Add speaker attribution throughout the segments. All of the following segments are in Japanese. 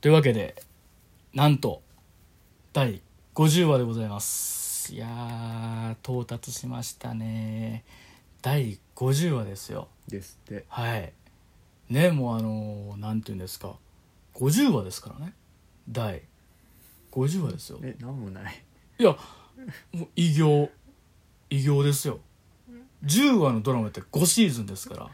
Speaker 1: というわけでなんと第50話でございますいやー到達しましたね第50話ですよ
Speaker 2: ですって
Speaker 1: はいねもうあのーなんていうんですか50話ですからね第50話ですよ
Speaker 2: えなんもない
Speaker 1: いやもう偉業偉業ですよ10話のドラマって5シーズンですから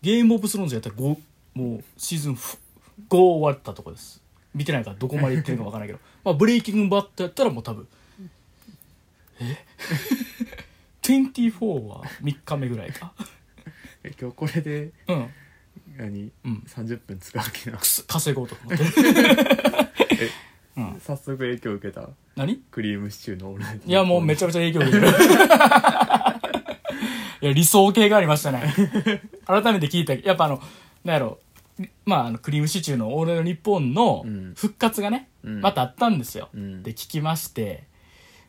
Speaker 1: ゲームオブスローンズやったら5もうシーズン5終わったとこです見てないからどこまで行ってるか分からないけどまあブレイキングバットやったらもう多分え 24は3日目ぐらいか
Speaker 2: え今日これで
Speaker 1: うん
Speaker 2: 何、
Speaker 1: うん
Speaker 2: 30分使うわけな
Speaker 1: くす稼ごうと思って
Speaker 2: え、
Speaker 1: うん
Speaker 2: 早速影響受けた
Speaker 1: 何
Speaker 2: クリームシチューのオールナイト
Speaker 1: いや、もうめちゃめちゃ影響受けて る。いや、理想系がありましたね。改めて聞いた、やっぱあの、なんやろ、まあ、あの、クリームシチューのオールナイトニッポンの
Speaker 2: うん
Speaker 1: 復活がね、
Speaker 2: うん
Speaker 1: またあったんですよ。
Speaker 2: うん
Speaker 1: で、聞きまして、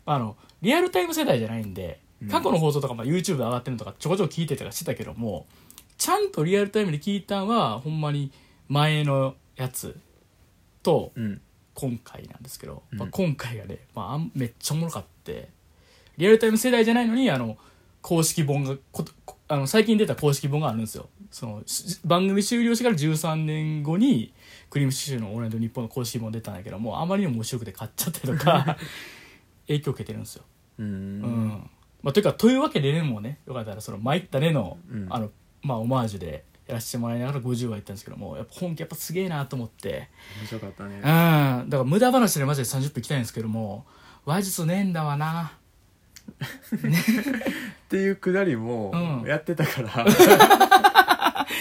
Speaker 1: まあ、あの、リアルタイム世代じゃないんで
Speaker 2: う、ん
Speaker 1: 過去の放送とか、まあ、YouTube で上がってるのとか、ちょこちょこ聞いてたりしてたけども、ちゃんとリアルタイムで聞いたのは、ほんまに前のやつと、
Speaker 2: うん
Speaker 1: 今回なんですけど、
Speaker 2: うん
Speaker 1: まあ、今回がね、まああん、めっちゃおもろかってリアルタイム世代じゃないのにあの公式本がことこあの最近出た公式本があるんですよそのし番組終了してから13年後に「クリームシチューのオールナイトニッポン」の公式本出たんだけどもうあまりにも面白くて買っちゃったりと か影響受けてるんですよ。
Speaker 2: う
Speaker 1: うん
Speaker 2: ん
Speaker 1: まあ、というかというわけでねもうねよかったら「その参ったねの」
Speaker 2: うん
Speaker 1: あのまあ、オマージュでやらせてもらいながら50話いったんですけどもやっぱ本気やっぱすげえなと思って。
Speaker 2: 面白かったね
Speaker 1: うん、だから無駄話でマジで30分いきたいんですけども話術ねえんだわな
Speaker 2: っていうくだりも
Speaker 1: うん
Speaker 2: やってたから、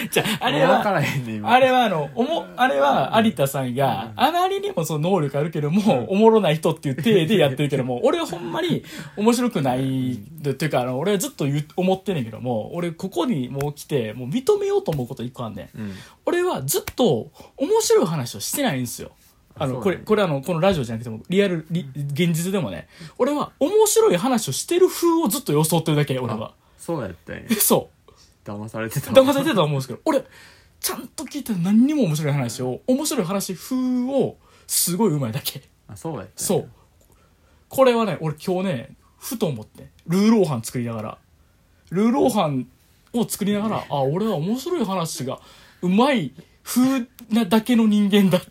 Speaker 1: じゃ ああれ
Speaker 2: もう分か
Speaker 1: は
Speaker 2: らへんね今
Speaker 1: あれはあのおもあれは有田さんがあまりにもその能力あるけどもおもろない人っていう体でやってるけども俺はほんまに面白くないっていうかあの俺はずっと言う思ってんねんけども俺ここにもう来てもう認めようと思うこと一個あんねん
Speaker 2: うん
Speaker 1: 俺はずっと面白い話をしてないんですよ。あの、
Speaker 2: そ
Speaker 1: こ
Speaker 2: うなん
Speaker 1: れ、
Speaker 2: や
Speaker 1: これあの、このラジオじゃなくても、リアル、リ現実でもね、俺は面白い話をしてる風をずっと装ってるだけ、俺は。
Speaker 2: そうやったんや
Speaker 1: そ
Speaker 2: 騙されて
Speaker 1: う。
Speaker 2: たわ
Speaker 1: 騙されてたと思うんですけど、俺、ちゃんと聞いたら何にも面白い話を、面白い話風を、すごいうまいだけ。
Speaker 2: あそうやったんや
Speaker 1: そう。これはね、俺今日ね、ふと思って、ルーローハン作りながら、ルーローハンを作りながら、あ、俺は面白い話がうまい風なだけの人間 だって、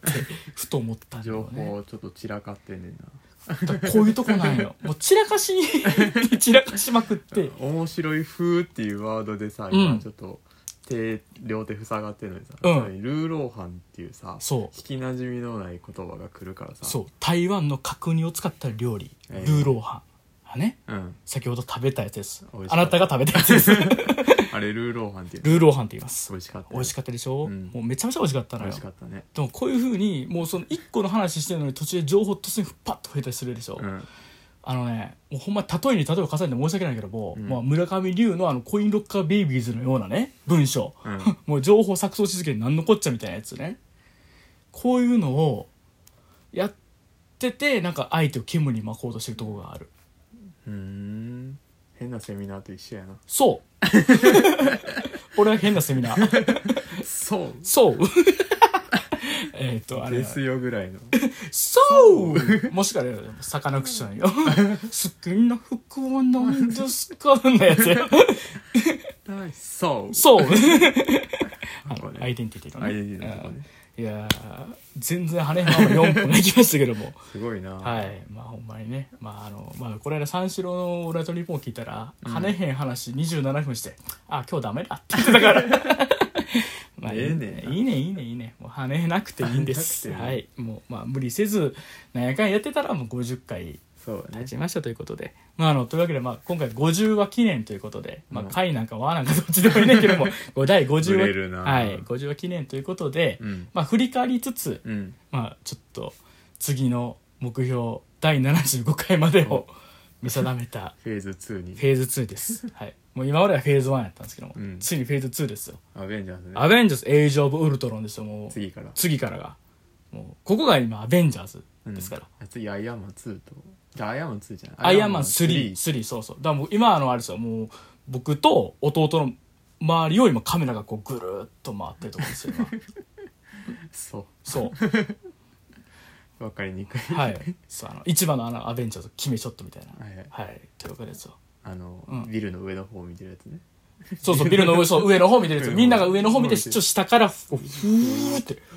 Speaker 1: ふと思ったんだ
Speaker 2: 情
Speaker 1: よね。
Speaker 2: 報ちょっと散らかってんねんな
Speaker 1: だからこういうとこなん よ。もう散らかしに散らかしまくって。
Speaker 2: 面白い風っていうワードでさ
Speaker 1: うん
Speaker 2: 今ちょっと手、両手塞がってるのにさ、
Speaker 1: うん
Speaker 2: さらにルーローハンっていうさ
Speaker 1: そう
Speaker 2: 聞きなじみのない言葉が来るからさ
Speaker 1: そう、台湾の角煮を使った料理、ル
Speaker 2: ええ
Speaker 1: ーローハン。ね、
Speaker 2: う、ん、
Speaker 1: 先ほど食べたやつです
Speaker 2: 美味し。
Speaker 1: あ
Speaker 2: かった
Speaker 1: なたが食べたやつです。 ル
Speaker 2: あれルーローハンっていう
Speaker 1: ーローハンって言います
Speaker 2: 美。味しかった
Speaker 1: 美味し
Speaker 2: か
Speaker 1: かったでしょ、
Speaker 2: うん
Speaker 1: もうめちゃめちゃ美味しかったの
Speaker 2: 美
Speaker 1: よ
Speaker 2: 味しかったね
Speaker 1: でもこういうふうにもうその1個の話してるのに途中で情報突然パッと増えたりするでしょ、
Speaker 2: うん
Speaker 1: あのねもうほんま例えに例えを重ねて申し訳ないけども、
Speaker 2: うん
Speaker 1: まあ、村上龍のあのコインロッカーベイビーズのようなね文章、
Speaker 2: うん
Speaker 1: もう情報錯綜し続けて何のこっちゃみたいなやつねこういうのをやっててなんか相手を煙に巻こうとしてるとこがある
Speaker 2: うーん変なセミナーと一緒やな
Speaker 1: そう 俺は変なセミナー
Speaker 2: そう
Speaker 1: そうえっとあれ
Speaker 2: ですよぐらいの
Speaker 1: そうもしかしたら、サカナクション よ。好きな服は何ですかのやつよ。
Speaker 2: そう
Speaker 1: そう。
Speaker 2: なんかね
Speaker 1: アイデンティティの
Speaker 2: アイ
Speaker 1: ね。
Speaker 2: デンティティのとこね
Speaker 1: いやー、全然跳ね幅4分いきましたけど も。
Speaker 2: すごいな、
Speaker 1: はい。まあ、ほんまにね。まあ、あの、まあ、この間、三四郎のオラトリポン聞いたら、跳ねへん話27分して、あ、今日ダメだって言ってたから。 まあ、いい
Speaker 2: ええねんない
Speaker 1: いね、いいね、いいね。もう跳ねなくていいんです。
Speaker 2: 跳ねなくて
Speaker 1: はいい。もう、まあ、無理せず、なんやかんやってたら、もう50回
Speaker 2: そうだね
Speaker 1: 立ちましたということで、まあ、あのというわけで、まあ、今回50話記念ということで、まあ、
Speaker 2: うん
Speaker 1: 回なんか和なんかどっちでもいいねんけど もご第50
Speaker 2: ぶれる
Speaker 1: 話,、
Speaker 2: な
Speaker 1: はい、50話記念ということで、
Speaker 2: うん
Speaker 1: まあ、振り返りつつ、
Speaker 2: うん
Speaker 1: まあ、ちょっと次の目標第75回までを見定めた
Speaker 2: フェーズ2に
Speaker 1: フェーズ2です、はい、もう今まではフェーズ1やったんですけども、
Speaker 2: うん
Speaker 1: ついにフェーズ2ですよ
Speaker 2: アベンジャーズね
Speaker 1: アベンジャーズエイジ・オブ・ウルトロンですよもう次
Speaker 2: 次か
Speaker 1: か
Speaker 2: ら
Speaker 1: らがもうここが今アベンジャーズ
Speaker 2: うん
Speaker 1: ですから、
Speaker 2: あ次アイアンマン2とじゃあアイアンマン2じゃない
Speaker 1: アイアンマン
Speaker 2: 3
Speaker 1: 3、3、そうそう。だからもう今あのあれですよ、もう僕と弟の周りを今 カメラがこうぐるーっと回ってるとこですよ、今。
Speaker 2: そう
Speaker 1: そう。
Speaker 2: わかりにくい。
Speaker 1: はいそうあの一番のあのアベンジャーズ決めショットみたいな
Speaker 2: はいはい
Speaker 1: はいというわけですよ
Speaker 2: あの、
Speaker 1: うん
Speaker 2: ビルの上の方を見てるやつね。
Speaker 1: そうそうビルの上そう上の方見てるんですよみんなが上の方見てちょっと下からふふーって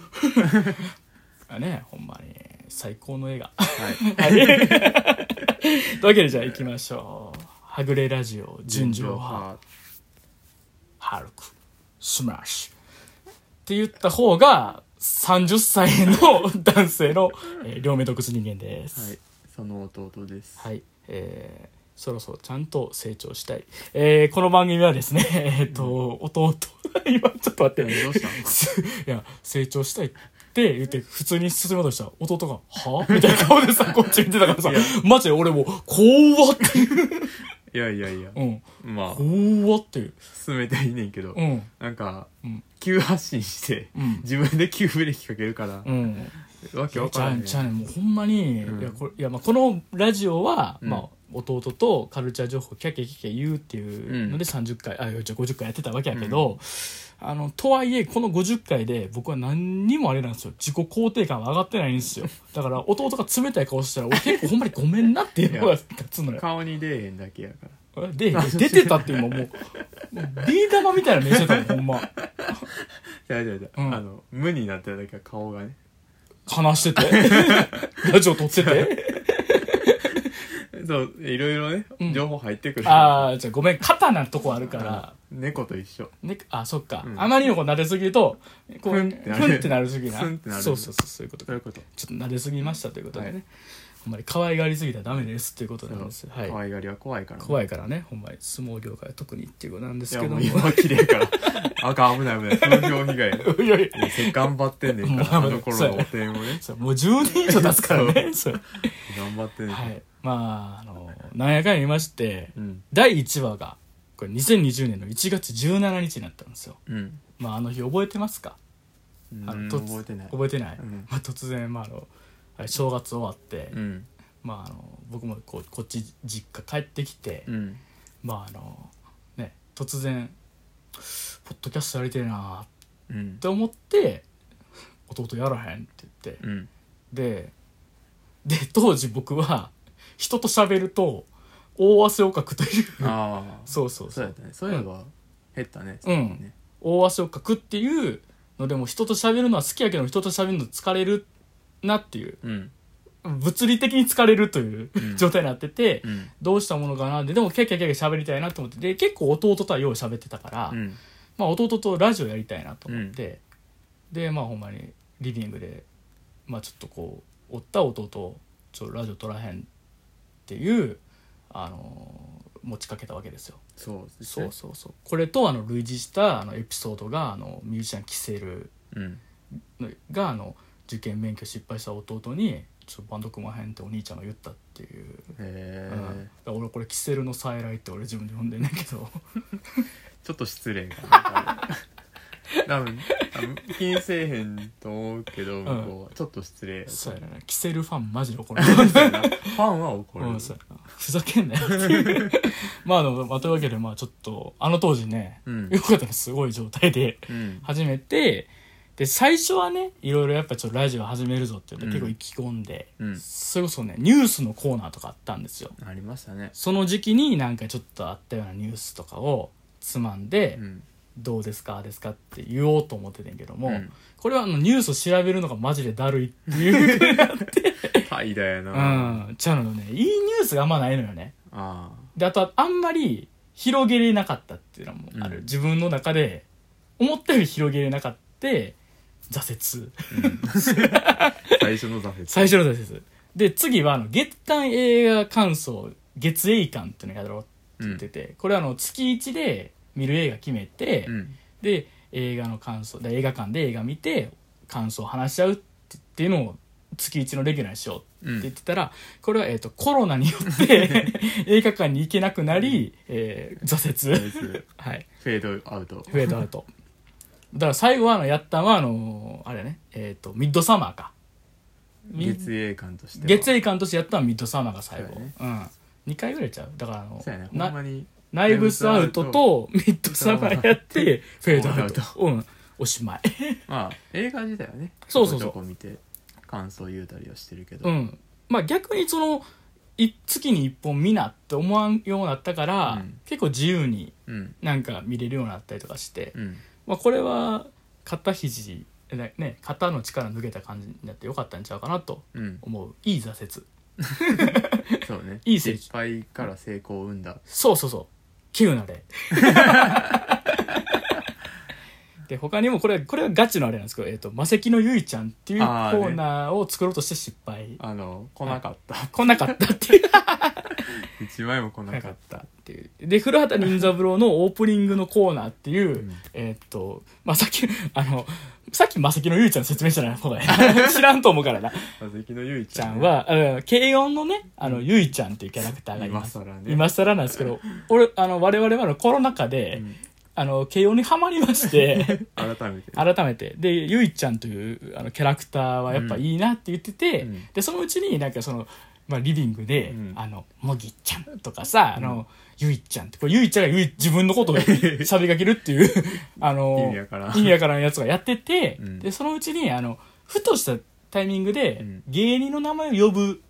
Speaker 1: ねほんまに最高の映画
Speaker 2: はい。
Speaker 1: はい。というわけでじゃあ行きましょう。はぐれラジオ、純情派、ハルク、スマッシュ。って言った方が、30歳の男性の、えー両目独自人間で
Speaker 2: は
Speaker 1: す
Speaker 2: い。。その弟です。
Speaker 1: はい。えーそろそろちゃんと成長したい。えーこの番組はですね、 えーっと、弟、今ちょっと待って、
Speaker 2: どうしたの
Speaker 1: すいや成長したいって言って普通に進めようとしたら弟が「はあ?」みたいな顔で さこっち見てたからさマジで俺もう怖って
Speaker 2: いやいやいや。
Speaker 1: うん
Speaker 2: まあ、
Speaker 1: 怖っていう
Speaker 2: 進めていいねんけど、
Speaker 1: うん
Speaker 2: なんか、
Speaker 1: うん
Speaker 2: 急発進して、
Speaker 1: うん
Speaker 2: 自分で急ブレーキかけるから、
Speaker 1: うん
Speaker 2: わけわ
Speaker 1: ち
Speaker 2: から
Speaker 1: ゃ
Speaker 2: ん
Speaker 1: ん
Speaker 2: ね。
Speaker 1: ちゃうねんもうほんまに、
Speaker 2: うん
Speaker 1: いやこれいやまあこのラジオは、
Speaker 2: うん
Speaker 1: まあ弟とカルチャー情報キャキャキャキャ言うっていうので30回、あいやじゃあ50回やってたわけやけど、あのとはいえこの50回で僕は何にもあれなんですよ自己肯定感は上がってないんですよだから弟が冷たい顔したら俺結構ほんまにごめんなっていうのが立つのよ
Speaker 2: 顔に出えへんだけやから。
Speaker 1: で出てたって今もうもうビー玉みたいな目してたもんほんま
Speaker 2: じゃあじゃあじゃあ、
Speaker 1: うん
Speaker 2: あの、無になってるだけは顔がね。
Speaker 1: 話しててラジオ撮ってて
Speaker 2: そう、いろいろね
Speaker 1: うん、
Speaker 2: 情報入ってくる。
Speaker 1: ああじゃあごめん肩なとこあるから
Speaker 2: 猫と一緒。
Speaker 1: ね、あ、そっか。
Speaker 2: うん
Speaker 1: あまりのこう撫ですぎると、こう、ふ
Speaker 2: ふ
Speaker 1: んっ
Speaker 2: んってて
Speaker 1: な
Speaker 2: な
Speaker 1: る。
Speaker 2: る
Speaker 1: すぎな。
Speaker 2: ふんってなる
Speaker 1: そうそうそう、そういうこと
Speaker 2: どういうこと
Speaker 1: ちょっと撫ですぎましたということでね。
Speaker 2: はい
Speaker 1: ほんまに可愛がりすぎたらダメですっていうことなんです。は
Speaker 2: 可
Speaker 1: い。
Speaker 2: 愛がりは怖いからね。
Speaker 1: 怖いからね、ほんまに相撲業界は特にっていうことなんで
Speaker 2: い
Speaker 1: す
Speaker 2: や
Speaker 1: けど
Speaker 2: も
Speaker 1: も。
Speaker 2: う
Speaker 1: い
Speaker 2: 今は綺麗 から。あかん、危ない危ない。風評被害。
Speaker 1: やいや
Speaker 2: いや頑張ってんねん から、あ
Speaker 1: もう
Speaker 2: の頃のお点をね。
Speaker 1: そうもう10年以上経つから ね。そう
Speaker 2: 頑張ってんねん。
Speaker 1: はい。まあ、あの、なんやかんや言いまして、
Speaker 2: うん。
Speaker 1: 第1話が、これ2020年の1月17日になったんですよ。
Speaker 2: うん。
Speaker 1: まあ、あの日覚えてますか
Speaker 2: うん
Speaker 1: あの突
Speaker 2: 覚えてない。
Speaker 1: 覚えてない、
Speaker 2: うん
Speaker 1: まあ、突然、まあ、あのあれ正月終わって、
Speaker 2: うん。
Speaker 1: まあ、あの僕もこうこっち実家帰ってきて、
Speaker 2: うん。
Speaker 1: まああのね突然ポッドキャストやりてえな
Speaker 2: うん
Speaker 1: っ。て思って弟やらへんって言って、
Speaker 2: うん。
Speaker 1: でで当時僕は人と喋ると大汗をかくという
Speaker 2: ああ。
Speaker 1: そうそう
Speaker 2: そ
Speaker 1: そう
Speaker 2: や
Speaker 1: う
Speaker 2: ったね。そういえば、減ったね。
Speaker 1: うん
Speaker 2: ね
Speaker 1: 大汗をかくっていうのでも人と喋るのは好きやけど人と喋るの疲れるなっていう
Speaker 2: うん。
Speaker 1: 物理的に疲れるという
Speaker 2: うん
Speaker 1: 状態になってて、
Speaker 2: うん。
Speaker 1: どうしたものかなででもキャキャキャキャ喋りたいなと思ってで結構弟とはよう喋ってたから、
Speaker 2: うん。
Speaker 1: まあ、弟とラジオやりたいなと思って、でまあほんまにリビングで、まあ、ちょっとこうおった弟をちょっとラジオ撮らへんっていう、あのー持ちかけたわけですよ
Speaker 2: そうです
Speaker 1: そ
Speaker 2: ね
Speaker 1: う。そうそうこれとあの類似したあのエピソードがあのミュージシャンキセル
Speaker 2: うん。
Speaker 1: があの受験免許失敗した弟に「ちょっとバンド組まへん」ってお兄ちゃんが言ったっていう
Speaker 2: へ
Speaker 1: うんだ
Speaker 2: え
Speaker 1: か。ら俺これ「キセルの再来」って俺自分で呼んでんだけど
Speaker 2: ちょっと失礼かな。多分、多分気にせえへんと思うけど、向こうは。ちょっと失礼。
Speaker 1: そうやなキセルファンマジで怒られる
Speaker 2: そうやなファンは怒る
Speaker 1: う。んそうやなふざけんなよっていうまあでもまあというわけでまあちょっとあの当時ね、
Speaker 2: うん
Speaker 1: よかったのすごい状態で
Speaker 2: うん。
Speaker 1: 始めてで最初はねいろいろやっぱちょっとラジオ始めるぞって言って結構意気込んで、
Speaker 2: うん。
Speaker 1: それこそねニュースのコーナーとかあったんですよ
Speaker 2: ありましたね。
Speaker 1: その時期になんかちょっとあったようなニュースとかをつまんで、
Speaker 2: うん。
Speaker 1: どうですかああですかって言おうと思ってたんやけども、
Speaker 2: うん
Speaker 1: これはあのニュースを調べるのがマジでだるいっていう、
Speaker 2: 怠惰やな。
Speaker 1: う
Speaker 2: あ
Speaker 1: ん、ちゃうのねいいニュースがあんまないのよね
Speaker 2: あ。
Speaker 1: であとはあんまり広げれなかったっていうのもある、
Speaker 2: うん
Speaker 1: 自分の中で思ったより広げれなかった挫折
Speaker 2: 最初の挫折。
Speaker 1: 最初の挫折で次はあの月間映画感想月映館っていうのやろうって
Speaker 2: う
Speaker 1: 言っ
Speaker 2: ん
Speaker 1: て。て、これはあの月1で見る映画決めて、
Speaker 2: うん。
Speaker 1: で映画の感想で映画館で映画見て感想を話し合うってっていうのを月一のレギュラーにしようって言ってたら、これは、えー、とコロナによって 映画館に行けなくなり、えー挫折、
Speaker 2: 挫折
Speaker 1: はい、
Speaker 2: フェードアウト。
Speaker 1: フェードアウトだから最後はあのやったんはあのーあれね、えー、とミッドサマーかみ
Speaker 2: 月映館としては。
Speaker 1: 月映館としてやったんはミッドサマーが最後
Speaker 2: そうやね
Speaker 1: うん、2回ぐらいちゃうだからあの
Speaker 2: そうやね。ほ
Speaker 1: なん
Speaker 2: まに。
Speaker 1: ナイブスアウトとミッドサマーや ってフェードアウ
Speaker 2: フェードア
Speaker 1: ト、うん、おしまい
Speaker 2: まあ、映画自体はね。
Speaker 1: そうそうそう
Speaker 2: ちょこちょこ見て。感想を言うたりはしてるけど、
Speaker 1: うんまあ逆にそのい月に1本見なって思わんようになったから、
Speaker 2: うん
Speaker 1: 結構自由に
Speaker 2: うん
Speaker 1: なんか見れるようになったりとかして、
Speaker 2: うん
Speaker 1: まあ、これは肩肘ねね肩の力抜けた感じになってよかったんちゃうかなと
Speaker 2: うん
Speaker 1: 思ういい挫折
Speaker 2: そうね
Speaker 1: いい成長
Speaker 2: 失敗から成功を生んだ
Speaker 1: そうそうそう急な例で他にもこれこれはガチのあれなんですけど「えー、と魔石のゆいちゃん」っていうコ
Speaker 2: あーね
Speaker 1: ーナーを作ろうとして失敗
Speaker 2: あの来なかった
Speaker 1: 来なかったっていう
Speaker 2: 一枚も来な
Speaker 1: なか
Speaker 2: かっ
Speaker 1: ったたっていうで古畑任三郎のオープニングのコーナーっていう、
Speaker 2: ん
Speaker 1: えーっとまあさっきあのさっきまさきのゆいちゃんの説明したらほうがいいな 知らんと思うからな
Speaker 2: あ関のゆいち
Speaker 1: ち
Speaker 2: ゃ
Speaker 1: ゃ
Speaker 2: ん
Speaker 1: ん
Speaker 2: ね
Speaker 1: は、うん軽音のねあのゆいちゃんっていうキャラクターがいます
Speaker 2: 今更ね
Speaker 1: 今更なんですけど俺あの我々はあのコロナ禍で、
Speaker 2: ん
Speaker 1: あの慶応にはまりまして
Speaker 2: 改めて
Speaker 1: 改めてでゆいちゃんというあのキャラクターはやっぱいいなって言ってて、
Speaker 2: うんうん
Speaker 1: でそのうちになんかその、まあ、リビングで「
Speaker 2: うん
Speaker 1: あのもぎちゃん」とかさ「あのゆいちゃん」ってこれゆいちゃんがゆい自分のこと を喋りかけるっていう あの
Speaker 2: 意味やからん
Speaker 1: 意味やからのやつがやってて、
Speaker 2: うん
Speaker 1: でそのうちにあのふとしたタイミングで、
Speaker 2: うん
Speaker 1: 芸人の名前を呼ぶ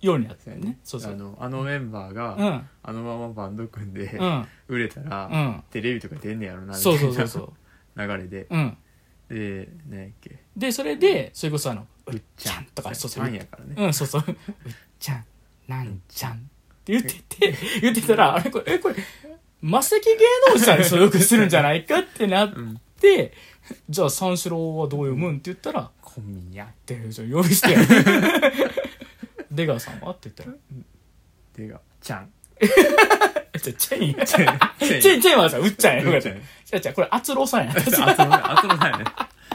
Speaker 1: ようになった
Speaker 2: そう
Speaker 1: よ
Speaker 2: や
Speaker 1: ね
Speaker 2: ね
Speaker 1: そうそう
Speaker 2: あのあのメンバーが、
Speaker 1: うん
Speaker 2: あのままバンド組んで、
Speaker 1: うん
Speaker 2: 売れたら、
Speaker 1: うん
Speaker 2: テレビとか出んねやろなみた
Speaker 1: そうそう
Speaker 2: い
Speaker 1: そ
Speaker 2: な
Speaker 1: うそう
Speaker 2: 流れで、
Speaker 1: うん
Speaker 2: で何やっけ
Speaker 1: でそれでそれこそあの「う
Speaker 2: う
Speaker 1: っ
Speaker 2: っ
Speaker 1: ち
Speaker 2: ち
Speaker 1: ゃ
Speaker 2: ゃ
Speaker 1: ん
Speaker 2: ん」
Speaker 1: とかそうそう
Speaker 2: ファンやからね、
Speaker 1: うん、そうそう。うっちゃん、なんちゃんって言ってて、言ってたら、あれこれ、え、これ、魔石芸能者に所属するんじゃないかってなって、じゃあ三四郎はどう読むんって言ったら、
Speaker 2: コンビニや
Speaker 1: で、じゃあ呼びしてよ。出川さんはって言ったら、
Speaker 2: てがちゃん
Speaker 1: えじゃあチェイン
Speaker 2: チェン
Speaker 1: チェイン、チェインはさ、うっちゃんや。よかった。
Speaker 2: うっち
Speaker 1: じゃ
Speaker 2: ゃん
Speaker 1: あじゃあこれ、 あつろうさんや。
Speaker 2: あつろねあつろさんやね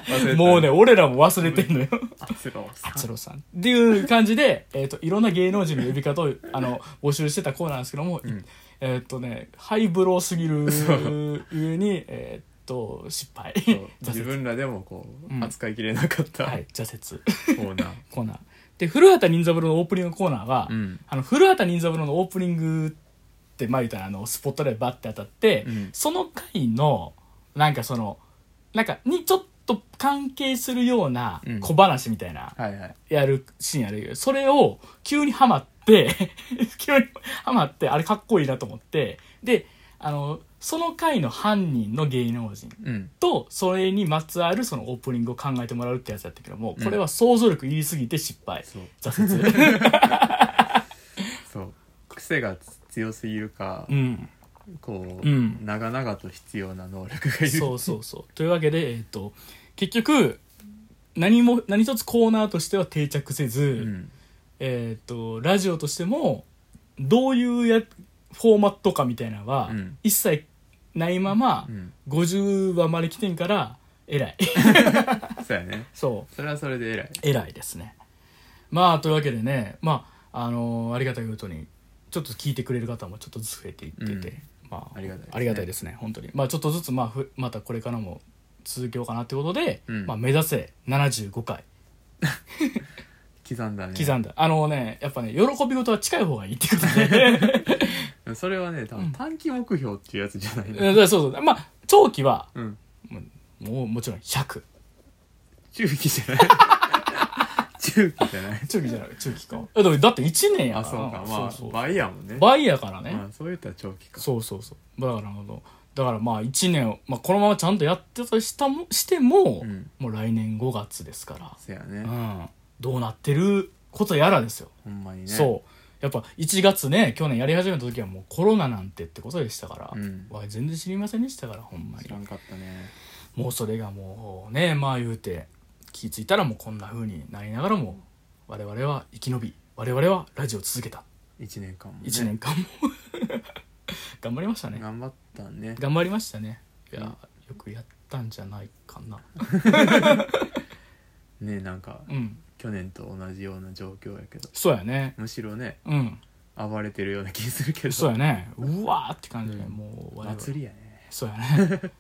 Speaker 2: 忘れてた
Speaker 1: もうね、俺らも忘れてんのよ。
Speaker 2: あつろさん
Speaker 1: 達郎さんっていう感じで、 えー、といろんな芸能人の呼び方をあの募集してたコーナーなんですけども、
Speaker 2: ん
Speaker 1: えっ、とねハイブローすぎる
Speaker 2: そう
Speaker 1: ゆえにえっ、と失敗
Speaker 2: そう自
Speaker 1: 挫折
Speaker 2: 分らでもこう、
Speaker 1: うん
Speaker 2: 扱いきれなかった、
Speaker 1: はい挫折
Speaker 2: コーナー
Speaker 1: コーナーで古畑任三郎のオープニングコーナーは、
Speaker 2: うん
Speaker 1: あの古畑任三郎のオープニングって前言ったらあのスポットライトバッて当たって、
Speaker 2: うん
Speaker 1: その回のなんかそのなんかにちょっと関係するような
Speaker 2: うん
Speaker 1: 小話みたいな、
Speaker 2: はいはい
Speaker 1: やるシーンあるけど、それを急にハマって、 急にハマって、あれかっこいいなと思って、で、あの、その回の犯人の芸能人
Speaker 2: うん
Speaker 1: と、それにまつわるそのオープニングを考えてもらうってやつだったけども、これは想像力いりすぎて失敗。
Speaker 2: そう
Speaker 1: 挫折。
Speaker 2: そう癖が強すぎるか、
Speaker 1: うん。
Speaker 2: こう、
Speaker 1: うん
Speaker 2: 長々と必要な能力がいる
Speaker 1: そうそうそう。というわけで、えっ、と、結局、何も、何一つコーナーとしては定着せず、
Speaker 2: うん
Speaker 1: えっ、と、ラジオとしても、どういうや、フォーマットかみたいなのは、
Speaker 2: うん
Speaker 1: 一切ないまま
Speaker 2: う、ん
Speaker 1: 50話まで来てんから、偉い。
Speaker 2: そうやね
Speaker 1: そう。
Speaker 2: それはそれで偉い
Speaker 1: 偉いですね。まあ、というわけでね、まあ、あのーありがたいことに、ちょっと聞いてくれる方もちょっとずつ増えていってて、
Speaker 2: うん
Speaker 1: まあ、
Speaker 2: ありがたいですね
Speaker 1: ありがたいですね、本当に。まあ、ちょっとずつ、まあ、ふまたこれからも続けようかなということで、
Speaker 2: うん
Speaker 1: まあ、目指せ75回。
Speaker 2: 刻んだね
Speaker 1: 刻んだ、あのねやっぱね喜び事は近い方がいいって ことで
Speaker 2: それはね多分短期目標っていうやつじゃな い
Speaker 1: うん
Speaker 2: ね
Speaker 1: だからそうそう。まあ、長期は、
Speaker 2: うん
Speaker 1: もうもちろん100。
Speaker 2: 中期じゃない 中期じゃない
Speaker 1: 中期じゃない、中期か。えだってだって1年や
Speaker 2: あ
Speaker 1: か
Speaker 2: そう
Speaker 1: らな。
Speaker 2: かまあ
Speaker 1: そうそう
Speaker 2: 倍やもんね
Speaker 1: 倍やからね。
Speaker 2: まあそういったら長期か
Speaker 1: そうそうそう。だから、あの、だからまあ1年を、まあこのままちゃんとやってたとしたも、しても、
Speaker 2: うん
Speaker 1: もう来年5月ですか
Speaker 2: そや
Speaker 1: ら。
Speaker 2: ね
Speaker 1: うん。どうなってることやらですよ。
Speaker 2: ほんまにね
Speaker 1: そう。やっぱ1月ね、去年やり始めた時はもうコロナなんてってことでしたから。
Speaker 2: うん
Speaker 1: わ全然知りませんでしたから、ほんまに
Speaker 2: 知。らんかったね
Speaker 1: もうそれがもうねまあ言うて気付いたらもうこんな風になりながらも我々は生き延び我々はラジオを続けた
Speaker 2: 1年間もね
Speaker 1: 1年間も 頑張りましたね
Speaker 2: 頑張ったね
Speaker 1: 頑張りましたねいやよくやったんじゃないかな
Speaker 2: ねなんか
Speaker 1: うん
Speaker 2: 去年と同じような状況やけど
Speaker 1: そうやね
Speaker 2: むしろね
Speaker 1: うん
Speaker 2: 暴れてるような気するけど
Speaker 1: そうやねうわーって感じで、もう我々は
Speaker 2: 祭りやね
Speaker 1: そうやね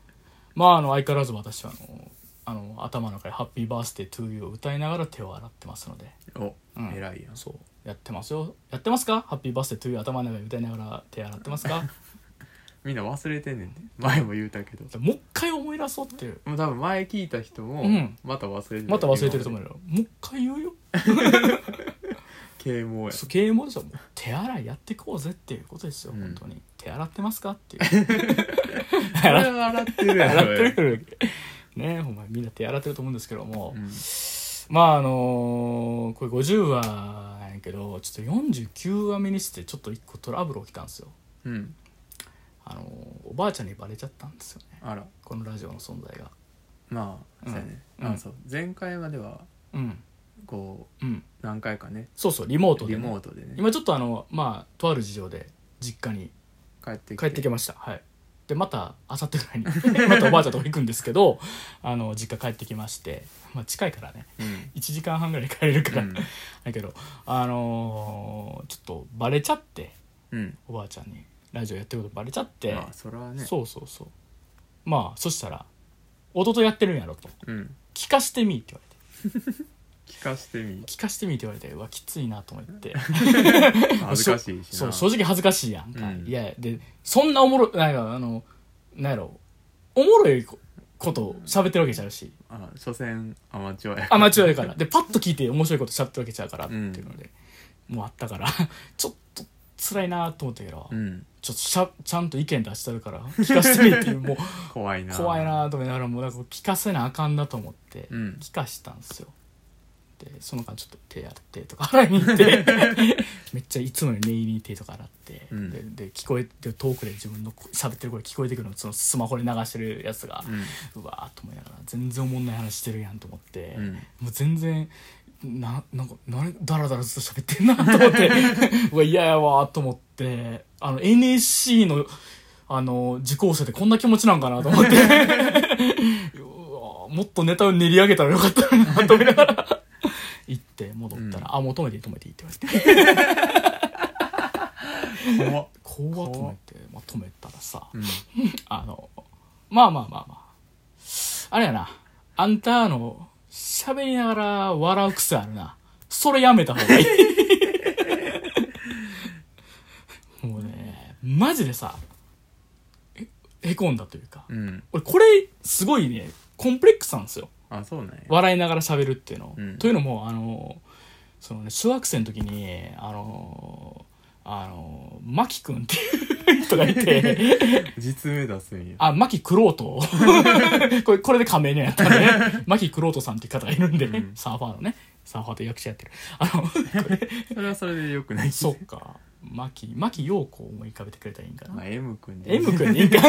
Speaker 1: まああの相変わらず私はあのあの頭の中で「ハッピーバースデートゥーユー」を歌いながら手を洗ってますので
Speaker 2: お
Speaker 1: うん
Speaker 2: 偉いやん
Speaker 1: そうやってますよやってますかハッピーバースデーという頭の中で歌いながら手洗ってますか
Speaker 2: みんな忘れてんねんて前も言うたけど
Speaker 1: もう一回思い出そうっていう
Speaker 2: もう多分前聞いた人も
Speaker 1: うん
Speaker 2: また忘れてる
Speaker 1: また忘れてると思うよもう一回言うよ
Speaker 2: 啓蒙や
Speaker 1: そう経営もですよもう手洗いやってこうぜっていうことですよ、
Speaker 2: うん
Speaker 1: 本当に手洗ってますかっていう手 洗っ
Speaker 2: 洗って る
Speaker 1: 手
Speaker 2: やろ
Speaker 1: 洗ってるねほんまみんな手洗ってると思うんですけども、
Speaker 2: うん
Speaker 1: まああのーこれ50話やけどちょっと49話目にしてちょっと一個トラブル起きたんですよ
Speaker 2: うん
Speaker 1: あのーおばあちゃんにバレちゃったんですよね
Speaker 2: あら
Speaker 1: このラジオの存在が
Speaker 2: まあ、
Speaker 1: うん
Speaker 2: そうやね、
Speaker 1: うん
Speaker 2: あそう前回までは
Speaker 1: うん
Speaker 2: こ
Speaker 1: うん
Speaker 2: う何回かね
Speaker 1: そうそうリモートで
Speaker 2: リ
Speaker 1: ね、
Speaker 2: モートでね
Speaker 1: 今ちょっとあのまあとある事情で実家に
Speaker 2: 帰ってきて
Speaker 1: 帰ってきましたはいでまたあさってぐらいに またおばあちゃんとこ行くんですけどあの実家帰ってきまして、まあ、近いからね
Speaker 2: うん
Speaker 1: 1時間半ぐらいで帰れるから、
Speaker 2: うん
Speaker 1: だけどあのーちょっとバレちゃって
Speaker 2: うん
Speaker 1: おばあちゃんにラジオやってることバレちゃって、
Speaker 2: まあそれはね
Speaker 1: そうそうそうまあそしたら「弟やってるんやろ」と
Speaker 2: うん
Speaker 1: 「聞かしてみ」って言われて
Speaker 2: 聞かして
Speaker 1: 「
Speaker 2: み
Speaker 1: 聞かしてみ」って言われてうわきついなと思っ て
Speaker 2: 恥ずかしいし
Speaker 1: そ
Speaker 2: な
Speaker 1: う正直恥ずかしいやんか、
Speaker 2: うん
Speaker 1: いやでそんなおもろなんかあのなんやろおもろいここと喋ってるわけちゃうし
Speaker 2: あ所詮アマチュアや
Speaker 1: アマ
Speaker 2: チ
Speaker 1: チュアやからでパッと聞いて面白いこと喋ってるわけちゃうからっていうので、もうあったから ちょっと辛いなと思ったけど、
Speaker 2: うん
Speaker 1: ちょっとしゃちゃんと意見出してるから聞かせてみっていうもう
Speaker 2: 怖 いな
Speaker 1: 怖いなと思いながらもうなんか聞かせなあかんなと思って、
Speaker 2: うん
Speaker 1: 聞かしたんですよでその間ちょっと手やってとか洗いに行って めっちゃいつもより念入りに手とか洗って、
Speaker 2: うん
Speaker 1: でで聞こえて遠くで自分の声喋ってる声聞こえてくるのそのスマホで流してるやつが
Speaker 2: う、ん
Speaker 1: うわーと思いながら全然おもんない話してるやんと思って、
Speaker 2: うん
Speaker 1: もう全然ななんか何ダラダラずっと喋ってんなと思って うわ嫌やわーと思ってあの NSC のあの受講生ってこんな気持ちなんかなと思って うわーもっとネタを練り上げたらよかったのになと思いながら 行って戻ったら「あもう止めていい止めていい」って言われて
Speaker 2: 怖っ
Speaker 1: 怖っと思って、まあ、止めたらさ
Speaker 2: うん
Speaker 1: あのまあまあまあまああれやなあんたあの喋りながら笑う癖あるなそれやめた方がい いもうねマジでさへへこんだというか
Speaker 2: うん
Speaker 1: 俺これすごいねコンプレックスなんですよ
Speaker 2: あそうなんや
Speaker 1: 笑いながら喋るっていうの、
Speaker 2: うん
Speaker 1: というのもあのそのね小学生の時にあのあのマキ君っていう人がいて
Speaker 2: 実名出すんや
Speaker 1: あ、牧クロー トこれ、これで仮名にやったね。牧クロートさんっていう方がいるんで、
Speaker 2: うん
Speaker 1: サーファーのね。サーファーで役者やってる。あ の、
Speaker 2: それはそれでよくない
Speaker 1: そっか。牧、牧陽子を思い浮かべてくれたらいいんかな。
Speaker 2: まあ M 君で
Speaker 1: M 君にいいんか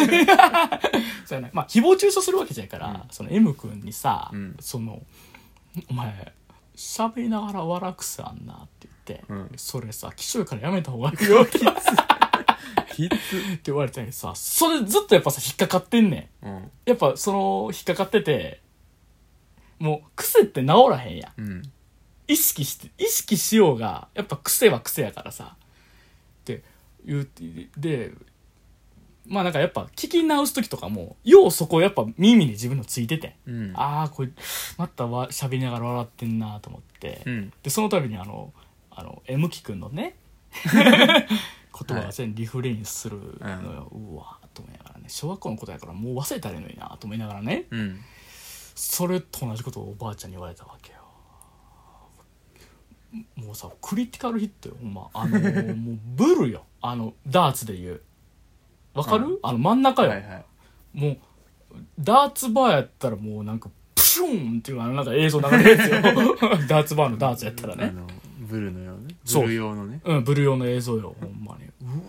Speaker 1: そうやなま あ、誹謗中傷するわけじゃないから、
Speaker 2: うん
Speaker 1: その M 君にさ、
Speaker 2: うん
Speaker 1: その、お前、喋りながら笑くさあんなって言って、
Speaker 2: うん
Speaker 1: それさ、気象からやめた方がいいよって言わ
Speaker 2: きつ
Speaker 1: れて言われたんやけどさ、それずっとやっぱさ、引っかかってんねん。
Speaker 2: うん
Speaker 1: やっぱその引っかかっててもう癖って治らへんやん
Speaker 2: うん
Speaker 1: 意識して意識しようがやっぱ癖は癖やからさって言うでまあなんかやっぱ聞き直す時とかもようそこやっぱ耳に自分のついてて、
Speaker 2: うん
Speaker 1: ああこれまたわ喋りながら笑ってんなと思って、
Speaker 2: うん
Speaker 1: でその度にあのあの M 木君の ね言葉が全部リフレインするのよ、うわーと思いながらね小学校のことやからもう忘れたらいいのになと思いながらね
Speaker 2: うん
Speaker 1: それと同じことをおばあちゃんに言われたわけよもうさクリティカルヒットよほんま あのーもうブルよあのダーツで言うわかる、
Speaker 2: うん
Speaker 1: あの真ん中
Speaker 2: は
Speaker 1: よ、
Speaker 2: いはい
Speaker 1: もうダーツバーやったらもうなんかプシューンっていうあのなんか映像流れる やつよダーツバーのダーツやったらね
Speaker 2: あのブルのようね
Speaker 1: そう
Speaker 2: ブル用のね
Speaker 1: うん、ブルー用の映像よほんまに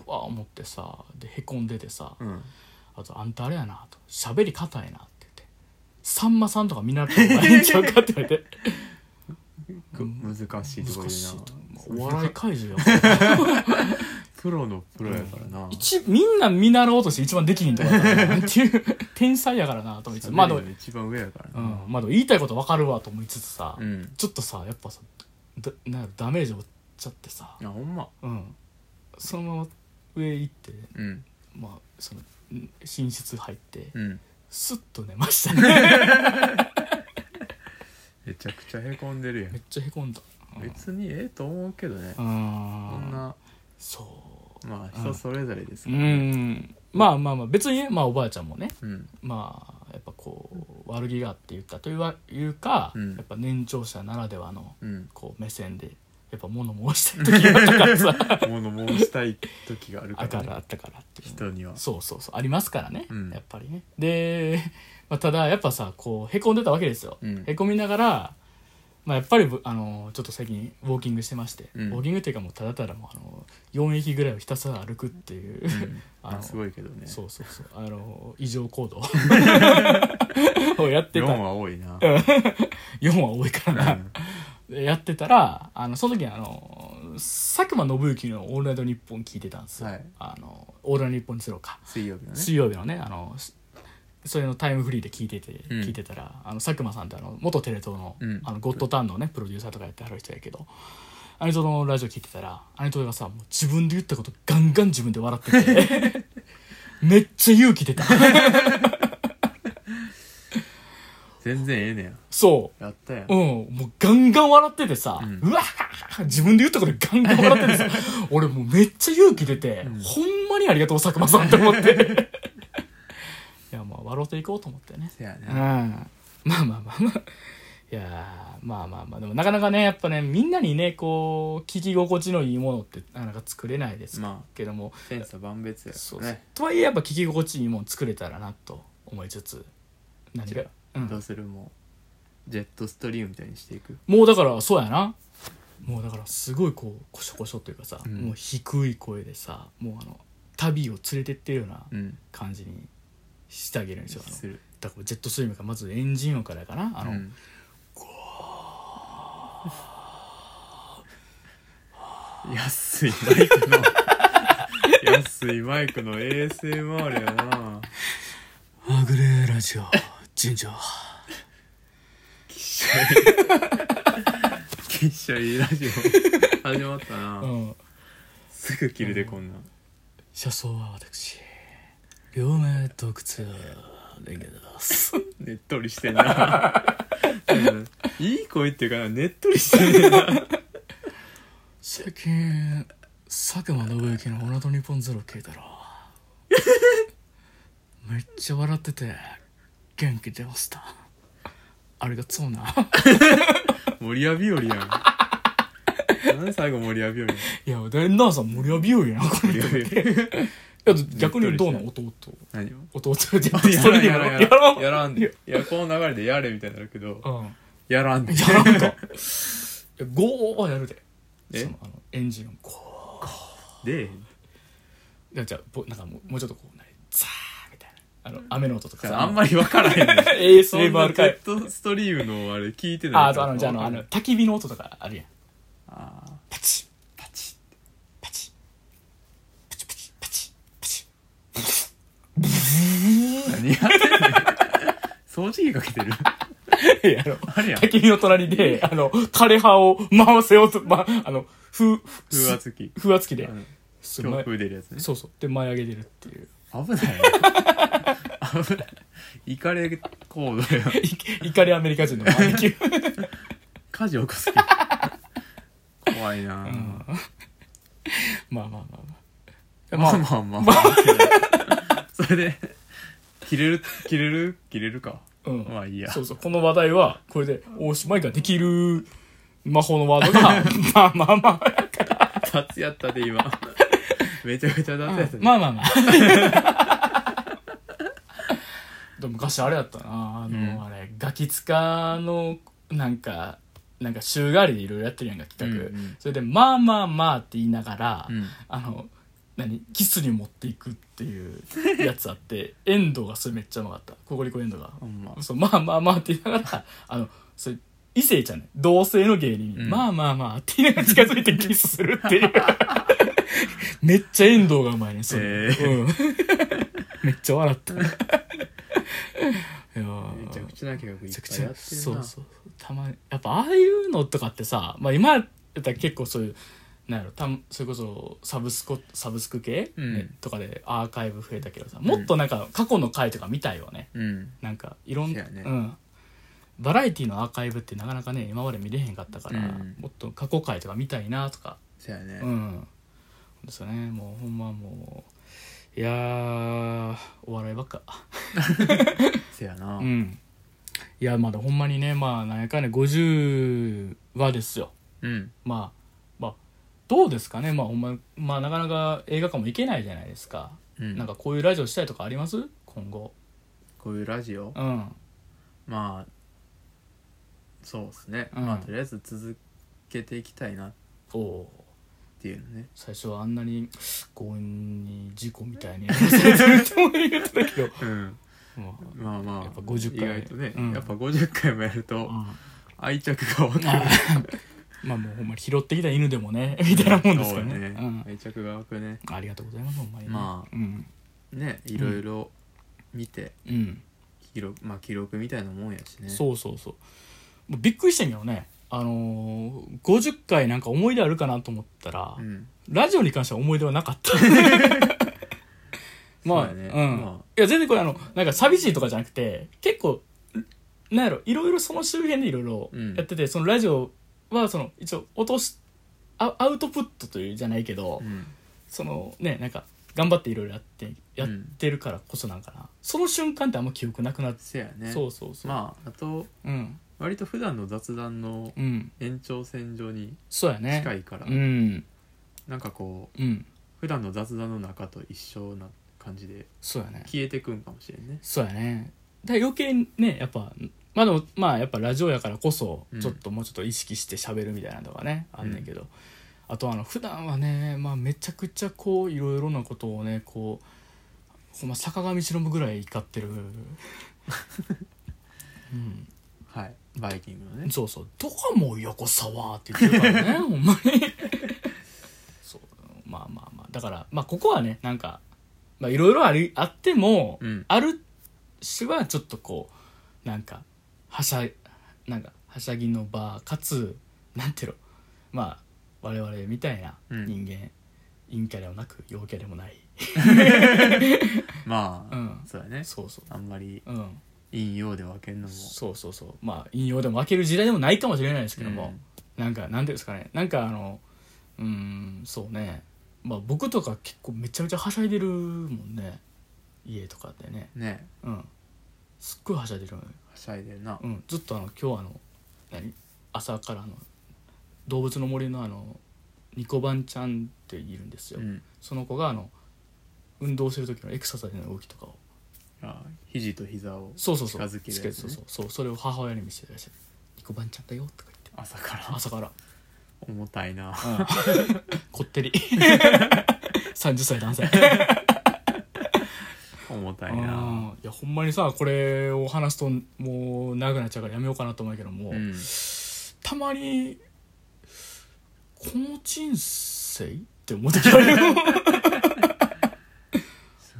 Speaker 1: うわ思ってさでへこんでてさ、
Speaker 2: うん
Speaker 1: あと「あんたあれやな」と「喋り方やな」って言って「さんまさんとか見習った方がいいんちゃうか」って言われて
Speaker 2: こ難しいとこ
Speaker 1: 難
Speaker 2: 言
Speaker 1: しいと
Speaker 2: う
Speaker 1: 思うお
Speaker 2: な
Speaker 1: 笑い怪獣や
Speaker 2: プロのプロやから な
Speaker 1: 一みんな見習おうとして一番できひんとか っていう天才やからなと思いつつまあでも、
Speaker 2: 喋るの一番上やから
Speaker 1: う
Speaker 2: なん
Speaker 1: まあ、でも言いたいことわかるわと思いつつさ、
Speaker 2: うん
Speaker 1: ちょっとさやっぱさだなんやろダメージ負っちゃってさ
Speaker 2: あ、ほんま
Speaker 1: うん、そのまま上行って、
Speaker 2: うん
Speaker 1: まあ、そのん寝室入って、
Speaker 2: うん
Speaker 1: スッと寝ました ね
Speaker 2: めちゃくちゃへこんでるや
Speaker 1: めっ
Speaker 2: ん
Speaker 1: ちゃへこんだうん
Speaker 2: 別にええと思うけどね
Speaker 1: う
Speaker 2: そ
Speaker 1: ん
Speaker 2: んな
Speaker 1: そう
Speaker 2: まあ人それぞれです
Speaker 1: う
Speaker 2: けどね
Speaker 1: んまあまあまあ別にね、まあ、おばあちゃんもね
Speaker 2: うん
Speaker 1: まあやっぱこう悪気があって言ったというわいうか、
Speaker 2: うん
Speaker 1: やっぱ年長者ならではの
Speaker 2: うん
Speaker 1: こう目線でやっぱ物申したい時があったからさ
Speaker 2: 物申したい時があるか
Speaker 1: あからら
Speaker 2: ね
Speaker 1: あったからっていう
Speaker 2: 人には
Speaker 1: そうそうそうありますからね、
Speaker 2: うん
Speaker 1: やっぱりねで、まあ、ただやっぱさこうへこんでたわけですよ、
Speaker 2: うん
Speaker 1: へこみながら、まあ、やっぱりぶあのちょっと最近ウォーキングしてまして、
Speaker 2: うん
Speaker 1: ウォーキングっていうかもうただただもうあの4駅ぐらいをひたすら歩くっていう、
Speaker 2: うん
Speaker 1: あ
Speaker 2: ま
Speaker 1: の
Speaker 2: あすごいけどね
Speaker 1: そうそうそうあの異常行 動をやって
Speaker 2: 4
Speaker 1: た4は
Speaker 2: は多いな
Speaker 1: 多いからな、やってたらあのその時にあの佐久間信行の「オールナイトニッポン」聞いてたんですよ、
Speaker 2: はい
Speaker 1: あのオールナイトニッポンにするか
Speaker 2: 水曜日 のね
Speaker 1: 水曜日のねあのしそれのタイムフリーで聞いてて、
Speaker 2: うん
Speaker 1: 聞いてたらあの佐久間さんってあの元テレ東の,、
Speaker 2: うん
Speaker 1: あのゴッドタンのねプロデューサーとかやってはる人やけどアニトのラジオ聞いてたらアニトがさもう自分で言ったことガンガン自分で笑ってて めっちゃ勇気出た
Speaker 2: 全然ええねや
Speaker 1: そう
Speaker 2: やったやん
Speaker 1: うん、もうガンガン笑っててさ、
Speaker 2: うん
Speaker 1: うわー自分で言ったことガンガン笑っててさ、 俺もうめっちゃ勇気出て、
Speaker 2: ん
Speaker 1: ほんまにありがとう佐久間さんって思 って。いや、まあ笑っていこうと思ってね。
Speaker 2: せや
Speaker 1: うん。
Speaker 2: ね
Speaker 1: まあまあまあまあ。いやーまあまあまあ、でもなかなかね、やっぱね、みんなにね、こう、聞き心地のいいものって、なかなか作れないです
Speaker 2: まあ
Speaker 1: けども、
Speaker 2: 千差万別や
Speaker 1: そう
Speaker 2: からね
Speaker 1: とはいえやっぱ聞き心地いいもの作れたらなと思いつつ、何が
Speaker 2: じゃ。
Speaker 1: う
Speaker 2: ど
Speaker 1: ん
Speaker 2: うするもうジェットストリームみたいにしていく
Speaker 1: もうだからそうやなもうだからすごいこうこしょこしょというかさ、
Speaker 2: うん
Speaker 1: もう低い声でさもうあの旅を連れてってるような
Speaker 2: うん
Speaker 1: 感じにしてあげるんですよあの
Speaker 2: する
Speaker 1: だからジェットストリームがまずエンジン音からやかなあの、
Speaker 2: うん安いマイクの安いマイクの ASMR や な
Speaker 1: はぐれラジオ順調
Speaker 2: きっしょいラジオ始まったな、
Speaker 1: うん
Speaker 2: すぐ切るでこんなん
Speaker 1: 車窓は私両目洞窟レンゲです
Speaker 2: ねっとりしてんなうんいい声っていうかなねっとりしてんねんな
Speaker 1: 最近佐久間信之の「オナと日本ゼロ」聞いたらめっちゃ笑ってて元気出ましたありがとうな
Speaker 2: 森屋日和やんなんで最後森屋日和やん
Speaker 1: いやでなあさん無料美容やなこれ
Speaker 2: 森屋日和
Speaker 1: いや逆にどうなん弟
Speaker 2: 何 を
Speaker 1: 弟でや
Speaker 2: やらん
Speaker 1: ろや
Speaker 2: やらんやら
Speaker 1: ろ
Speaker 2: んやらんでいやこの流れでやれみたいになるけど
Speaker 1: うん
Speaker 2: やらんで
Speaker 1: やらんかいやゴーはやるで
Speaker 2: え
Speaker 1: そのあのエンジンをゴ
Speaker 2: で
Speaker 1: ーいやじゃあぼなんかもうもうちょっとこうなにザーみたいなあの雨の音とかさ
Speaker 2: あんまり分からへん ねそんな
Speaker 1: ASMR
Speaker 2: ジ
Speaker 1: かい
Speaker 2: ェットストリームのあれ聞いてない
Speaker 1: あ、あとあの、じゃああの、あの、焚き火の音とかあるやん。
Speaker 2: あー
Speaker 1: パチッパチ ッパチッパチッパチッパチッパチ
Speaker 2: 何やってん の掃除機かけてる
Speaker 1: ッえ、あの、
Speaker 2: あれやん
Speaker 1: 焚き火の隣で、あの、枯葉を回せようと、ま、あの、風、
Speaker 2: 風圧機
Speaker 1: 風圧機で
Speaker 2: あ、の
Speaker 1: す
Speaker 2: 強
Speaker 1: 前
Speaker 2: 風出るやつね
Speaker 1: そうそう。で、前上げてるっていう。
Speaker 2: 危ないね危ないイカレコードや
Speaker 1: い怒りアメリカ人の前に
Speaker 2: 火事起こす気怖いな、ぁ
Speaker 1: まあまあまあま
Speaker 2: ま
Speaker 1: あ。
Speaker 2: あ
Speaker 1: まあ、
Speaker 2: まあまあ、それで切れる切れる切れるか
Speaker 1: うん。
Speaker 2: まあいいや
Speaker 1: そうそう。この話題は、これで、おしまいができる魔法のワ ードが、まあまあまあ。
Speaker 2: 雑やったで今めちゃめちゃ雑やったで、
Speaker 1: まあまあまあ。 でも昔あれやったなあの、
Speaker 2: うん
Speaker 1: あれガキツカのなんかなんか週替わりでいろいろやってるやんか企画、
Speaker 2: うんうん
Speaker 1: それで「まあまあまあ」って言いながら、
Speaker 2: うん
Speaker 1: あの何キスに持っていくっていうやつあって 遠藤がそれめっちゃうまかったココリコ遠藤が
Speaker 2: ほんま
Speaker 1: そうまあまあまあって言いながらあのそれ異性じゃない同性の芸人に、
Speaker 2: うん
Speaker 1: まあまあまあって言いながら近づいてキスするっていう めっちゃ遠藤がうまいねそれ、
Speaker 2: ええ
Speaker 1: うん、めっちゃ笑ったいやー
Speaker 2: めちゃくちゃな企画い
Speaker 1: め
Speaker 2: っ
Speaker 1: ちゃく
Speaker 2: ぱい
Speaker 1: ち
Speaker 2: や
Speaker 1: ゃ
Speaker 2: ってるな
Speaker 1: そうそうそうたまにやっぱああいうのとかってさ、まあ、今やったら結構そういうなんやろたそれこそサブスコサブスク系、
Speaker 2: うん
Speaker 1: ねとかでアーカイブ増えたけどさもっとなんか過去の回とか見たいよね、
Speaker 2: うん
Speaker 1: なんかいろん
Speaker 2: そ
Speaker 1: な、
Speaker 2: やね
Speaker 1: うん、バラエティのアーカイブってなかなかね今まで見れへんかったから、
Speaker 2: うん
Speaker 1: もっと過去回とか見たいなとか、
Speaker 2: そうやね、
Speaker 1: うん、ですよねもうほんまもういやーお笑いばっか
Speaker 2: せやな、
Speaker 1: うんいやまだほんまにねまあなんやかんや50はですよ
Speaker 2: うん
Speaker 1: まあまあどうですかねまあほんままあなかなか映画館も行けないじゃないですか、
Speaker 2: うん
Speaker 1: なんかこういうラジオしたいとかあります今後
Speaker 2: こういうラジオ
Speaker 1: うん
Speaker 2: まあそうですね、
Speaker 1: うん
Speaker 2: まあとりあえず続けていきたいなっ
Speaker 1: おおー
Speaker 2: ていうのね
Speaker 1: 最初はあんなに強引に事故みたいにや らされてるとも言ってたけど、
Speaker 2: うん
Speaker 1: まあ
Speaker 2: まあまあ
Speaker 1: やっぱ50回
Speaker 2: 意外とね、
Speaker 1: うん
Speaker 2: やっぱ50回もやると
Speaker 1: う
Speaker 2: 愛着が湧く
Speaker 1: んあーまあもうほんまに拾ってきた犬でもね みたいなもんですからね
Speaker 2: そう
Speaker 1: う
Speaker 2: ね
Speaker 1: ん、
Speaker 2: 愛着が湧くね
Speaker 1: ありがとうございますほんまにね、
Speaker 2: ま
Speaker 1: うん、
Speaker 2: ねいろいろ見て、
Speaker 1: うん
Speaker 2: 記録まあ記録みたいなもんやしね
Speaker 1: そうそうそうもうびっくりしてんけどねあのー、50回なんか思い出あるかなと思ったら、
Speaker 2: うん
Speaker 1: ラジオに関しては思い出はなか ったまあ
Speaker 2: そうやね
Speaker 1: うん、
Speaker 2: ま
Speaker 1: いや全然これあのなんか寂しいとかじゃなくて結構なんやろいろいろその周辺でいろいろ
Speaker 2: うん
Speaker 1: やってて、そのラジオはその一応落としアアウトプットというじゃないけど、
Speaker 2: うん
Speaker 1: そのねなんか頑張っていろいろやってやっ
Speaker 2: うん
Speaker 1: てるからこそなんかな、その瞬間ってあんま記憶なくなって、
Speaker 2: せやね
Speaker 1: そうそうそう、
Speaker 2: まああと
Speaker 1: うん
Speaker 2: 割と普段の雑談の
Speaker 1: うん
Speaker 2: 延長線上に
Speaker 1: そうやね
Speaker 2: 近いから、
Speaker 1: うん
Speaker 2: なんかこう
Speaker 1: うん
Speaker 2: 普段の雑談の中と一緒な感じで
Speaker 1: そうやね
Speaker 2: 消えてくんかもしれんね
Speaker 1: そうやねだから余計にねやっぱまあでもまあやっぱラジオやからこそ
Speaker 2: うん
Speaker 1: ちょっともうちょっと意識して喋るみたいなのがね、あんねんけどあとあの普段はね、まあ、めちゃくちゃこういろいろなことをねこうほんま坂上忍ぐらい怒 ってる、う
Speaker 2: はいバイキングの
Speaker 1: ん、
Speaker 2: ね
Speaker 1: そうそう「どこも横沢」って言ってるから ねほんまにそうまあまあまあだからまあここはねなんかまあいろいろありあっても、
Speaker 2: うん
Speaker 1: ある種はちょっとこうなんかはしゃなんかはしゃぎの場かつなんていうのまあ我々みたいな
Speaker 2: うん
Speaker 1: 人間、陰キャでもなく陽キャでもない、
Speaker 2: まあ、
Speaker 1: うん
Speaker 2: そうやね
Speaker 1: そうそう
Speaker 2: あんまり
Speaker 1: うん
Speaker 2: 引用で分けんのも
Speaker 1: そうそうそうまあ引用でも負ける時代でもないかもしれないですけど
Speaker 2: う
Speaker 1: も
Speaker 2: ん、
Speaker 1: なんかなんていうんですかねなんかあのうーんそうねまあ僕とか結構めちゃめちゃはしゃいでるもんね家とかでね
Speaker 2: ね
Speaker 1: うんすっごいはしゃいでるのよ
Speaker 2: はしゃいでるな
Speaker 1: うん、ずっとあの今日あの何朝からあの動物の森のあのニコバンちゃんっているんですよ、
Speaker 2: うん
Speaker 1: その子があの運動する時のエクササイズの動きとかを
Speaker 2: あ肘と膝を
Speaker 1: そうそうそう
Speaker 2: 近づけるやつ
Speaker 1: つけそ
Speaker 2: ね
Speaker 1: うそうそうそれを母親に見せてらっしゃる「ニコバンちゃんだよ」とか言って
Speaker 2: 朝から
Speaker 1: 朝から、
Speaker 2: 重たいな
Speaker 1: うん、こってり30歳男性
Speaker 2: 重たいな
Speaker 1: うんいやほんまにさこれを話すともう長くなっちゃうからやめようかなと思うけども、
Speaker 2: うん
Speaker 1: たまにこの人生って思ってきたよ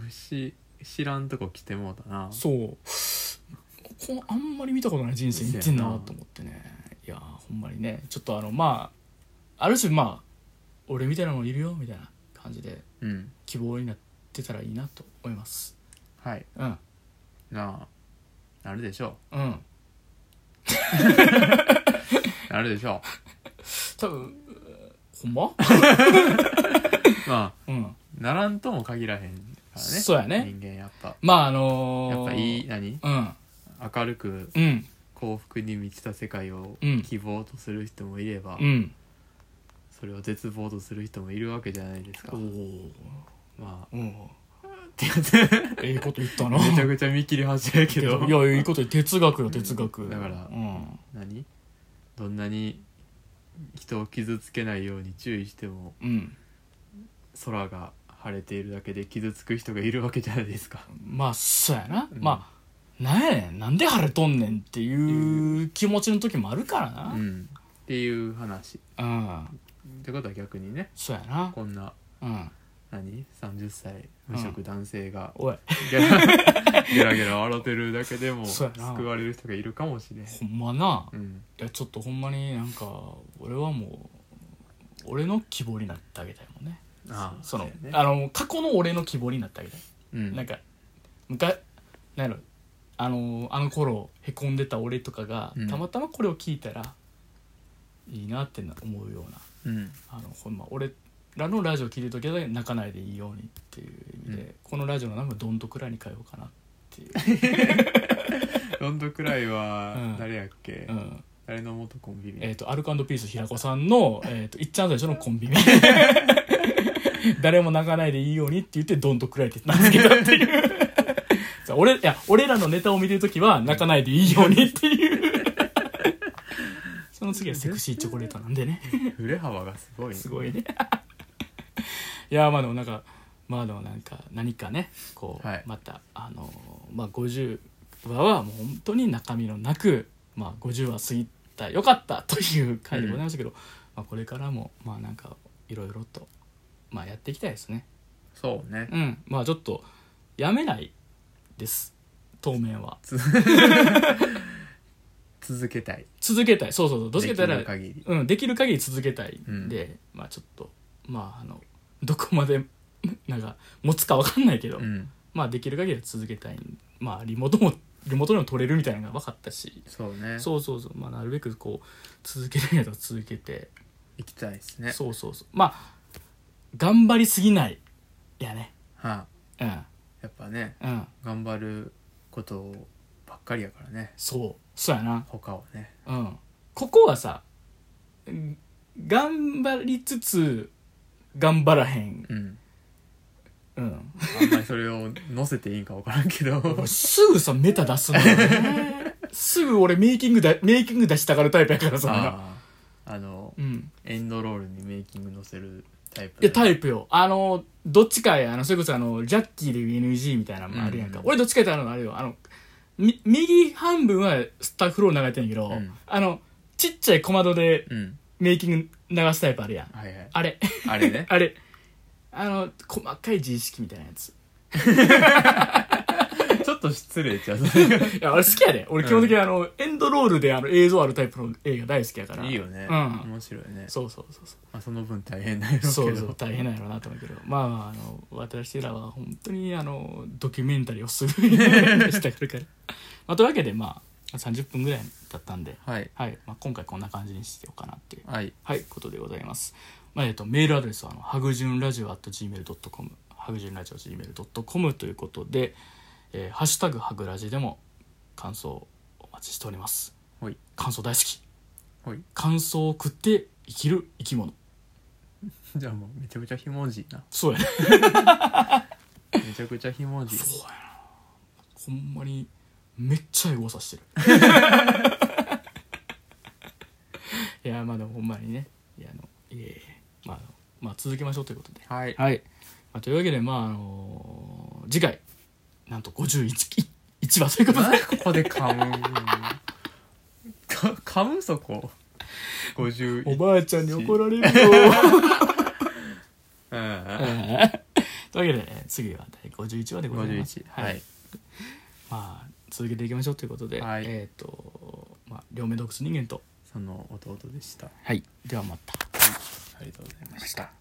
Speaker 2: し知らんとこ来てもうたな
Speaker 1: そうこのあんまり見たことない人生言ってんなと思ってねいやーほんまにねちょっとあのまあある種まあ俺みたいなのもいるよみたいな感じで
Speaker 2: うん
Speaker 1: 希望になってたらいいなと思います
Speaker 2: はい
Speaker 1: うん
Speaker 2: なあなるでしょ
Speaker 1: うん
Speaker 2: うなるでしょ
Speaker 1: 多分ほんま
Speaker 2: うまあ
Speaker 1: うん
Speaker 2: ならんとも限らへんからね
Speaker 1: そうやね
Speaker 2: 人間やっぱ
Speaker 1: まああのー
Speaker 2: やっぱいい何
Speaker 1: うん
Speaker 2: 明るく
Speaker 1: うん
Speaker 2: 幸福に満ちた世界を
Speaker 1: うん
Speaker 2: 希望とする人もいれば、
Speaker 1: うん
Speaker 2: それを絶望とする人もいるわけじゃないですか、
Speaker 1: おー
Speaker 2: まあ
Speaker 1: うん
Speaker 2: ってやって
Speaker 1: ええこと言ったな
Speaker 2: めちゃくちゃ見切り発やけど
Speaker 1: いやいいこと よ哲学よ哲学、
Speaker 2: だから
Speaker 1: うん
Speaker 2: 何どんなに人を傷つけないように注意しても
Speaker 1: うん
Speaker 2: 空が晴れているだけで傷つく人がいるわけじゃないですか
Speaker 1: まあそうやな、
Speaker 2: うん
Speaker 1: まあなんやねんなんで晴れとんねんっていう気持ちの時もあるから
Speaker 2: う
Speaker 1: な、
Speaker 2: んっていう話
Speaker 1: うん
Speaker 2: ってことは逆にね
Speaker 1: そうやな
Speaker 2: こんな
Speaker 1: うん
Speaker 2: 何30歳無職男性 が
Speaker 1: おい
Speaker 2: ゲラゲラゲラ笑ってるだけでも
Speaker 1: そうやな
Speaker 2: 救われる人がいるかもしれん
Speaker 1: ほんまな
Speaker 2: うん
Speaker 1: いやちょっとほんまになんか俺はもう俺の希望になってあげたいもんね
Speaker 2: ああ
Speaker 1: その
Speaker 2: うやね
Speaker 1: あの過去の俺の希望になってあげたい、
Speaker 2: うん
Speaker 1: なんか昔なんやろあのあの頃へこんでた俺とかが、
Speaker 2: うん
Speaker 1: たまたまこれを聞いたらいいなってな思うような
Speaker 2: うん
Speaker 1: あのほんま俺らのラジオ聞いてる時だけ泣かないでいいようにっていう意味で、
Speaker 2: うん
Speaker 1: このラジオの名前をどんとくらいに変えようかなっていう、
Speaker 2: ロンドくらいは
Speaker 1: うん
Speaker 2: 誰やっけ、
Speaker 1: うん
Speaker 2: 誰の元コンビ
Speaker 1: え
Speaker 2: ニ
Speaker 1: っとアルコピース平子さんの、えっといっちゃん最初のコンビ ニ誰も泣かないでいいようにって言ってどんとくらいって名付けたっていうそう俺いや俺らのネタを見てる時は泣かないでいいようにって いうその次はセクシーチョコレートなんでね
Speaker 2: 振れ幅がすごいね
Speaker 1: すごいね いやまあでもなんかまあでもなんか何かねこう、
Speaker 2: はい
Speaker 1: またあのまあ50話はもう本当に中身のなく、まあ、50話過ぎたよかったという回でございましたけど、まあ、これからもまあなんかいろいろと、まあ、やっていきたいですね
Speaker 2: そうね
Speaker 1: うんまあちょっとやめないです当面は
Speaker 2: つ続けたい
Speaker 1: 続けたいそうそうそうどうせたら
Speaker 2: できる限り
Speaker 1: うん、できる限り続けたいんで、まあちょっとまああのどこまで なんか持つか分かんないけど、
Speaker 2: うん
Speaker 1: まあできる限りは続けたいんまあリモートもリモートでも取れるみたいなのが分かったし
Speaker 2: そうね
Speaker 1: そうそうそうまあなるべくこう続けるやつは続けて、
Speaker 2: 行きたいですね
Speaker 1: そうそうそうまあ頑張りすぎないやね
Speaker 2: は
Speaker 1: う
Speaker 2: あ
Speaker 1: ん
Speaker 2: やっぱね
Speaker 1: うん
Speaker 2: 頑張ることばっかりやからね
Speaker 1: そうそうやな
Speaker 2: 他はね
Speaker 1: うんここはさうん頑張りつつ頑張らへん、
Speaker 2: うん
Speaker 1: うん、
Speaker 2: あんまりそれを載せていいんか分からん けど
Speaker 1: 俺すぐさメタ出す のよねすぐ俺メイキングだメイキング出したがるタイプやからさ
Speaker 2: あああの
Speaker 1: うん
Speaker 2: エンドロールにメイキング載せるタイプ
Speaker 1: いやタ
Speaker 2: イ
Speaker 1: イプよあのどっちかやあのそれこそあのジャッキーでいう NG みたいなのもあるやんか、
Speaker 2: うん
Speaker 1: 俺どっちかやったらあれよあのみ右半分はスタッフロール流れてんやけど、
Speaker 2: うん
Speaker 1: あのちっちゃい小窓で
Speaker 2: うん
Speaker 1: メイキング流すタイプあるやん
Speaker 2: はいはい
Speaker 1: あれ
Speaker 2: あれね
Speaker 1: あれあの細かい自意識みたいなやつ
Speaker 2: ちょっと失礼ちゃう
Speaker 1: いや俺好きやで俺基本的にあの、エンドロールであの映像あるタイプの映画大好きやから
Speaker 2: いいよね、
Speaker 1: うん
Speaker 2: 面白いね
Speaker 1: そうそうそうそう
Speaker 2: まあ、その分大変だよけ ど
Speaker 1: そうそう大変なんやろうなと思うけどまあまああの私らは本当にあのドキュメンタリーをするしたがるから、 まあ、というわけでまあ30分ぐらい経ったんで、
Speaker 2: はい
Speaker 1: はいまあ、今回こんな感じにしてようかなっていう、
Speaker 2: はい
Speaker 1: はい、ことでございます、まあえっとメールアドレスはあのハグジュンラジオ .gmail.com ハグジュンラジオ .gmail.com ということで「えーハッシュタグハグラジ」でも感想をお待ちしております
Speaker 2: ほい
Speaker 1: 感想大好き
Speaker 2: ほい
Speaker 1: 感想を食って生きる生き物
Speaker 2: じゃあもうめちゃくちゃひもじいな
Speaker 1: そうやね
Speaker 2: めちゃくちゃひもじい
Speaker 1: そうやなほんまにめっちゃエゴさしてる いやまあでもほんまにねいやあのいえいえまああのまあ続けましょうということで
Speaker 2: はい
Speaker 1: はい、まあ、というわけでまああの次回なんと51一話ということ
Speaker 2: なん
Speaker 1: で
Speaker 2: でここで噛む か噛むそこ50
Speaker 1: おばあちゃんに怒られ るよ
Speaker 2: うん
Speaker 1: というわけで次は第51話でございます
Speaker 2: 51はい
Speaker 1: まあ続けていきましょうということで、
Speaker 2: はい
Speaker 1: えっ、とまあ両目洞窟人間と
Speaker 2: その弟でしたあ
Speaker 1: はいではまた
Speaker 2: りがとうございました